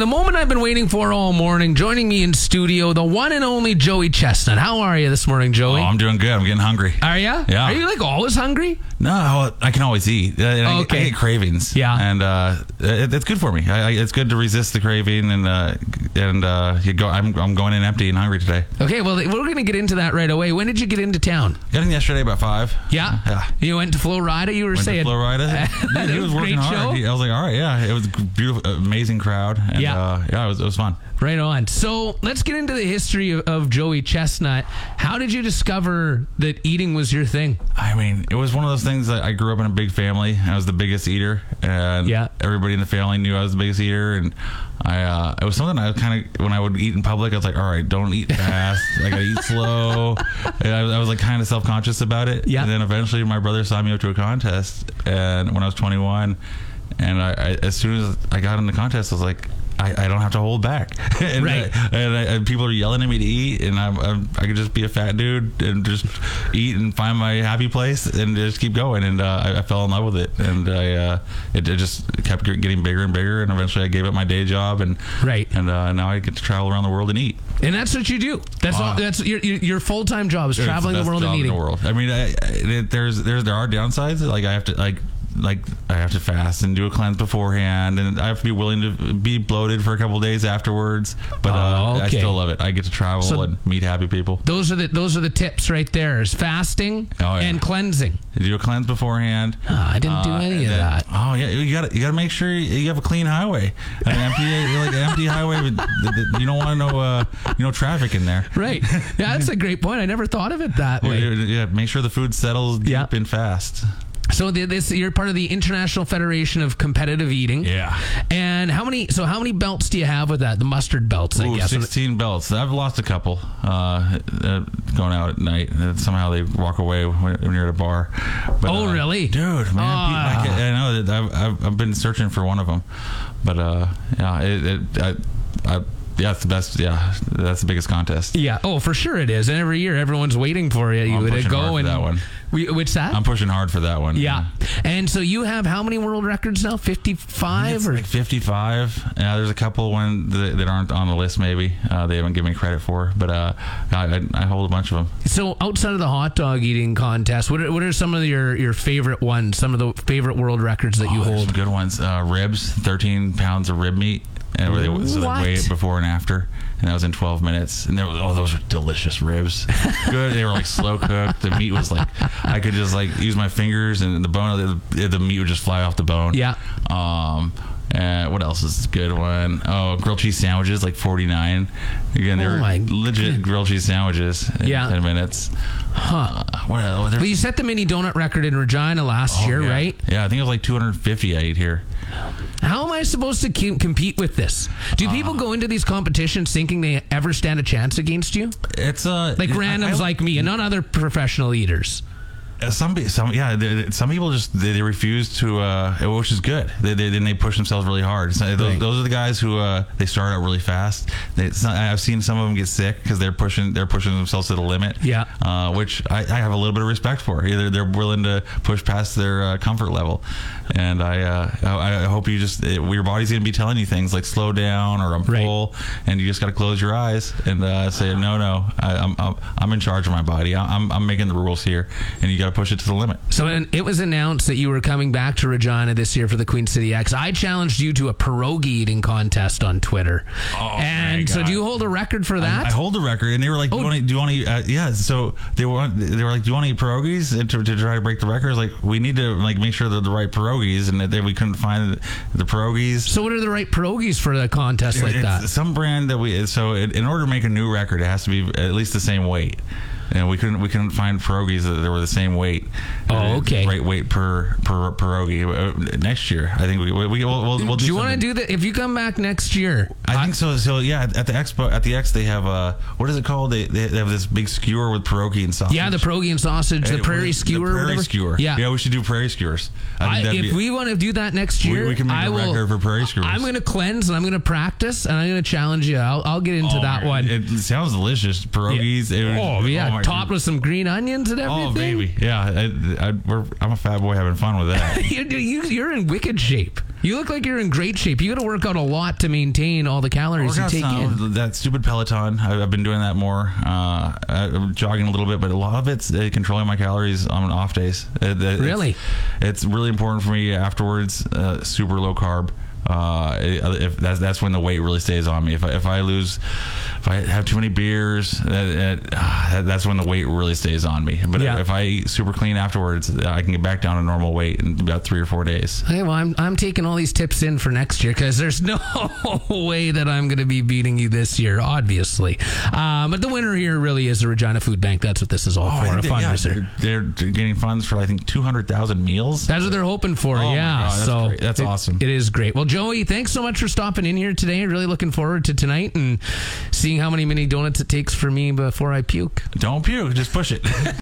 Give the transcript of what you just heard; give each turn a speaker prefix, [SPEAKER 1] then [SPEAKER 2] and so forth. [SPEAKER 1] the moment I've been waiting for all morning, joining me in studio, the one and only Joey Chestnut. How are you this morning,
[SPEAKER 2] Oh,
[SPEAKER 1] Joey?
[SPEAKER 2] I'm doing good. I'm getting hungry.
[SPEAKER 1] are you?
[SPEAKER 2] Yeah.
[SPEAKER 1] Are you like always hungry?
[SPEAKER 2] No, I can always eat. Uh, and I,
[SPEAKER 1] Okay.
[SPEAKER 2] I get cravings.
[SPEAKER 1] Yeah.
[SPEAKER 2] and uh, it, it's good for me. I, I, it's good to resist the craving, and uh, and uh, you go. I'm I'm going in empty and hungry today.
[SPEAKER 1] Okay, well, th- we're going to get into that right away. When did you get into town?
[SPEAKER 2] Got in yesterday about five.
[SPEAKER 1] Yeah.
[SPEAKER 2] Yeah.
[SPEAKER 1] You went to Florida, you were
[SPEAKER 2] Went to
[SPEAKER 1] saying.
[SPEAKER 2] Florida.
[SPEAKER 1] That
[SPEAKER 2] he
[SPEAKER 1] was
[SPEAKER 2] was
[SPEAKER 1] a
[SPEAKER 2] working
[SPEAKER 1] great
[SPEAKER 2] hard.
[SPEAKER 1] show.
[SPEAKER 2] He- I was like, all right, yeah. It was a beautiful, amazing crowd. And,
[SPEAKER 1] Yeah.
[SPEAKER 2] uh, yeah. It was it was fun.
[SPEAKER 1] Right on. So let's get into the history of, of Joey Chestnut. How did you discover that eating was your thing?
[SPEAKER 2] I mean, it was one of those things that I grew up in a big family. I was the biggest eater, and
[SPEAKER 1] Yeah.
[SPEAKER 2] everybody in the family knew I was the biggest eater. And I, uh, it was something I kind of when I would eat in public, I was like, "All right, don't eat fast. I gotta eat slow." And I, was- I was like kind of self conscious about it.
[SPEAKER 1] Yeah.
[SPEAKER 2] And then eventually, my brother signed me up to a contest, and when I was 21, and I, I as soon as I got in the contest, I was like. I, I don't have to hold back, and, uh,
[SPEAKER 1] Right.
[SPEAKER 2] I- and, I, and people are yelling at me to eat, and I'm, I'm I could just be a fat dude and just eat and find my happy place and just keep going. And uh, I, I fell in love with it, and I uh, it, it just kept getting bigger and bigger, and eventually I gave up my day job and
[SPEAKER 1] Right.
[SPEAKER 2] and uh, now I get to travel around the world and eat.
[SPEAKER 1] And that's what you do. That's all,
[SPEAKER 2] Wow.
[SPEAKER 1] that's your, your, your full time job is
[SPEAKER 2] It's
[SPEAKER 1] traveling the
[SPEAKER 2] best
[SPEAKER 1] world
[SPEAKER 2] job
[SPEAKER 1] and
[SPEAKER 2] in
[SPEAKER 1] eating.
[SPEAKER 2] the world. I mean, I, I, it- there's there's there are downsides. Like I have to like like I have to fast and do a cleanse beforehand, and I have to be willing to be bloated for a couple days afterwards. But
[SPEAKER 1] Oh,
[SPEAKER 2] uh, I
[SPEAKER 1] okay.
[SPEAKER 2] still love it. I get to travel
[SPEAKER 1] So-
[SPEAKER 2] and meet happy people.
[SPEAKER 1] Those are the those are the tips right there is fasting
[SPEAKER 2] Oh, yeah.
[SPEAKER 1] and cleansing.
[SPEAKER 2] Do a cleanse beforehand. Uh,
[SPEAKER 1] Ah, I didn't do any
[SPEAKER 2] and
[SPEAKER 1] of
[SPEAKER 2] then-
[SPEAKER 1] that.
[SPEAKER 2] Oh yeah, you got to you got to make sure you have a clean highway, an empty like an empty highway. With, th- th- you don't want no uh, you know traffic in there.
[SPEAKER 1] Right. Yeah, that's a great point. I never thought of it that
[SPEAKER 2] Yeah,
[SPEAKER 1] way.
[SPEAKER 2] yeah, make sure the food settles deep
[SPEAKER 1] Yeah.
[SPEAKER 2] and fast.
[SPEAKER 1] So the, this you're part of the International Federation of Competitive Eating. And how many so how many belts do you have with that? The mustard belts, I
[SPEAKER 2] Ooh,
[SPEAKER 1] guess.
[SPEAKER 2] 16 belts. I've lost a couple uh, uh, going out at night. And somehow they walk away when, when you're at a bar. But,
[SPEAKER 1] Oh,
[SPEAKER 2] uh,
[SPEAKER 1] really?
[SPEAKER 2] Dude, man.
[SPEAKER 1] Ah.
[SPEAKER 2] I, can't- I know that I've, I've, I've been searching for one of them. But uh, yeah, it, it, I, I, yeah, it's the best. Yeah, that's the biggest contest.
[SPEAKER 1] Yeah. Oh, for sure it is. And every year everyone's waiting for you
[SPEAKER 2] I'm
[SPEAKER 1] to
[SPEAKER 2] pushing
[SPEAKER 1] go
[SPEAKER 2] hard for
[SPEAKER 1] and
[SPEAKER 2] that one.
[SPEAKER 1] We, which that?
[SPEAKER 2] I'm pushing hard for that one.
[SPEAKER 1] yeah. And so you have how many world records now? 55
[SPEAKER 2] It's
[SPEAKER 1] or
[SPEAKER 2] like 55. Yeah, there's a couple one that, that aren't on the list. Maybe uh, they haven't given me credit for, but uh, I, I, I hold a bunch of them.
[SPEAKER 1] So outside of the hot dog eating contest, what are, what are some of your, your favorite ones? Some of the favorite world records that you
[SPEAKER 2] Oh, there's
[SPEAKER 1] hold?
[SPEAKER 2] some good ones. Uh, ribs, thirteen pounds of rib meat, and where they, so they
[SPEAKER 1] What?
[SPEAKER 2] weigh it before and after, and that was in twelve minutes. And there was, oh, those were delicious ribs. good. They were like slow cooked. The meat was like I could just like use my fingers, and the bone, the, the meat would just fly off the bone.
[SPEAKER 1] Yeah.
[SPEAKER 2] Um. Uh, what else is a good one? Oh, grilled cheese sandwiches, like forty nine. Again, they
[SPEAKER 1] Oh
[SPEAKER 2] were
[SPEAKER 1] my
[SPEAKER 2] legit grilled cheese sandwiches. In
[SPEAKER 1] Yeah.
[SPEAKER 2] Ten minutes.
[SPEAKER 1] Huh.
[SPEAKER 2] Uh, what else? There's-
[SPEAKER 1] Well, you set the mini donut record in Regina last
[SPEAKER 2] oh,
[SPEAKER 1] year,
[SPEAKER 2] yeah.
[SPEAKER 1] right?
[SPEAKER 2] Yeah, I think it was like two hundred and fifty I ate here.
[SPEAKER 1] How am I supposed to keep, compete with this? Do
[SPEAKER 2] Uh.
[SPEAKER 1] people go into these competitions thinking they ever stand a chance against you?
[SPEAKER 2] It's uh
[SPEAKER 1] Like
[SPEAKER 2] I-
[SPEAKER 1] randoms
[SPEAKER 2] I-
[SPEAKER 1] like me and not other professional eaters.
[SPEAKER 2] Uh, some pe- some yeah they, they- some people just they, they refuse to uh which is good they, they then they push themselves really hard so those,
[SPEAKER 1] Right.
[SPEAKER 2] those are the guys who uh they start out really fast they, it's not- i've seen some of them get sick because they're pushing they're pushing themselves to the limit
[SPEAKER 1] Yeah.
[SPEAKER 2] uh which i, I have a little bit of respect for either they're willing to push past their uh, comfort level and i uh i, I hope you just it, your body's gonna be telling you things like slow down or i'm
[SPEAKER 1] Right.
[SPEAKER 2] full and you just gotta close your eyes and uh say no no I, I'm, I'm i'm in charge of my body I, i'm i'm making the rules here and you gotta push it to the limit
[SPEAKER 1] So and it was announced that you were coming back to Regina this year for the Queen City X. I challenged you to a pierogi eating contest on Twitter.
[SPEAKER 2] Oh, my
[SPEAKER 1] and so
[SPEAKER 2] God.
[SPEAKER 1] do you hold a record for that?
[SPEAKER 2] I hold the record, and they were like, "Do you want to? Do you want to? Uh, yeah." So they want. They were like, "Do you want any pierogies?" And to, to try to break the record, I was like we need to like make sure they're the right pierogies, and that they, we couldn't find the pierogies.
[SPEAKER 1] So what are the right pierogies for a contest like
[SPEAKER 2] It's
[SPEAKER 1] that?
[SPEAKER 2] Some brand that we so in in order to make a new record, it has to be at least the same weight. And we couldn't we couldn't find pierogies that they were the same weight.
[SPEAKER 1] Oh,
[SPEAKER 2] Uh,
[SPEAKER 1] okay.
[SPEAKER 2] Right weight per per pierogi. Uh, next year, I think we we, we will we'll, we'll do.
[SPEAKER 1] do you want to
[SPEAKER 2] something.
[SPEAKER 1] do that if you come back next year?
[SPEAKER 2] I think so. So yeah, at the expo, at the X, they have uh, what is it called? They, they have this big skewer with pierogi and sausage.
[SPEAKER 1] yeah, the pierogi and sausage, the
[SPEAKER 2] Uh,
[SPEAKER 1] prairie skewer,
[SPEAKER 2] The prairie
[SPEAKER 1] whatever.
[SPEAKER 2] skewer.
[SPEAKER 1] Yeah,
[SPEAKER 2] yeah, we should do prairie skewers.
[SPEAKER 1] I,
[SPEAKER 2] think that'd
[SPEAKER 1] if
[SPEAKER 2] be-
[SPEAKER 1] we want to do that next
[SPEAKER 2] We-
[SPEAKER 1] year,
[SPEAKER 2] we can make
[SPEAKER 1] I
[SPEAKER 2] a
[SPEAKER 1] will.
[SPEAKER 2] record for prairie skewers.
[SPEAKER 1] I'm going to cleanse and I'm going to practice and I'm going to challenge you. I'll, I'll get into
[SPEAKER 2] Oh,
[SPEAKER 1] that
[SPEAKER 2] my-
[SPEAKER 1] one.
[SPEAKER 2] It sounds delicious. Pierogies. it would-
[SPEAKER 1] Oh, yeah,
[SPEAKER 2] my my
[SPEAKER 1] topped with some green onions and everything.
[SPEAKER 2] Oh baby, yeah. I, I, we're, I'm a fat boy having fun with that.
[SPEAKER 1] You're, you, you're in wicked shape. You look like you're in great shape. You got to work out a lot to maintain all the calories you
[SPEAKER 2] Workouts
[SPEAKER 1] take
[SPEAKER 2] now,
[SPEAKER 1] in.
[SPEAKER 2] Oh, That stupid Peloton. I, I've been doing that more. Uh, I, am jogging a little bit, but a lot of it's uh, controlling my calories on off days. It- it- it's-
[SPEAKER 1] Really?
[SPEAKER 2] it's, really important for me afterwards. Uh, super low carb. Uh, it- if that's that's when the weight really stays on me. If I, if I lose, if I have too many beers, that, that, ah, that's when the weight really stays on me. But
[SPEAKER 1] Yeah.
[SPEAKER 2] if I eat super clean afterwards, I can get back down to normal weight in about three or four days.
[SPEAKER 1] Hey, well, I'm, I'm taking all these tips in for next year because there's no way that I'm going to be beating you this year, obviously. Um, but the winner here really is the Regina Food Bank. That's what this is all
[SPEAKER 2] Oh,
[SPEAKER 1] for, a fundraiser.
[SPEAKER 2] they're, they're getting funds for I think two hundred thousand meals.
[SPEAKER 1] That's what they're hoping for.
[SPEAKER 2] Oh my
[SPEAKER 1] yeah.
[SPEAKER 2] God, that's
[SPEAKER 1] so
[SPEAKER 2] great. That's
[SPEAKER 1] it-
[SPEAKER 2] awesome.
[SPEAKER 1] It is great. Well, Joey, thanks so much for stopping in here today. Really looking forward to tonight and seeing how many mini donuts it takes for me before I puke.
[SPEAKER 2] Don't puke. Just push it.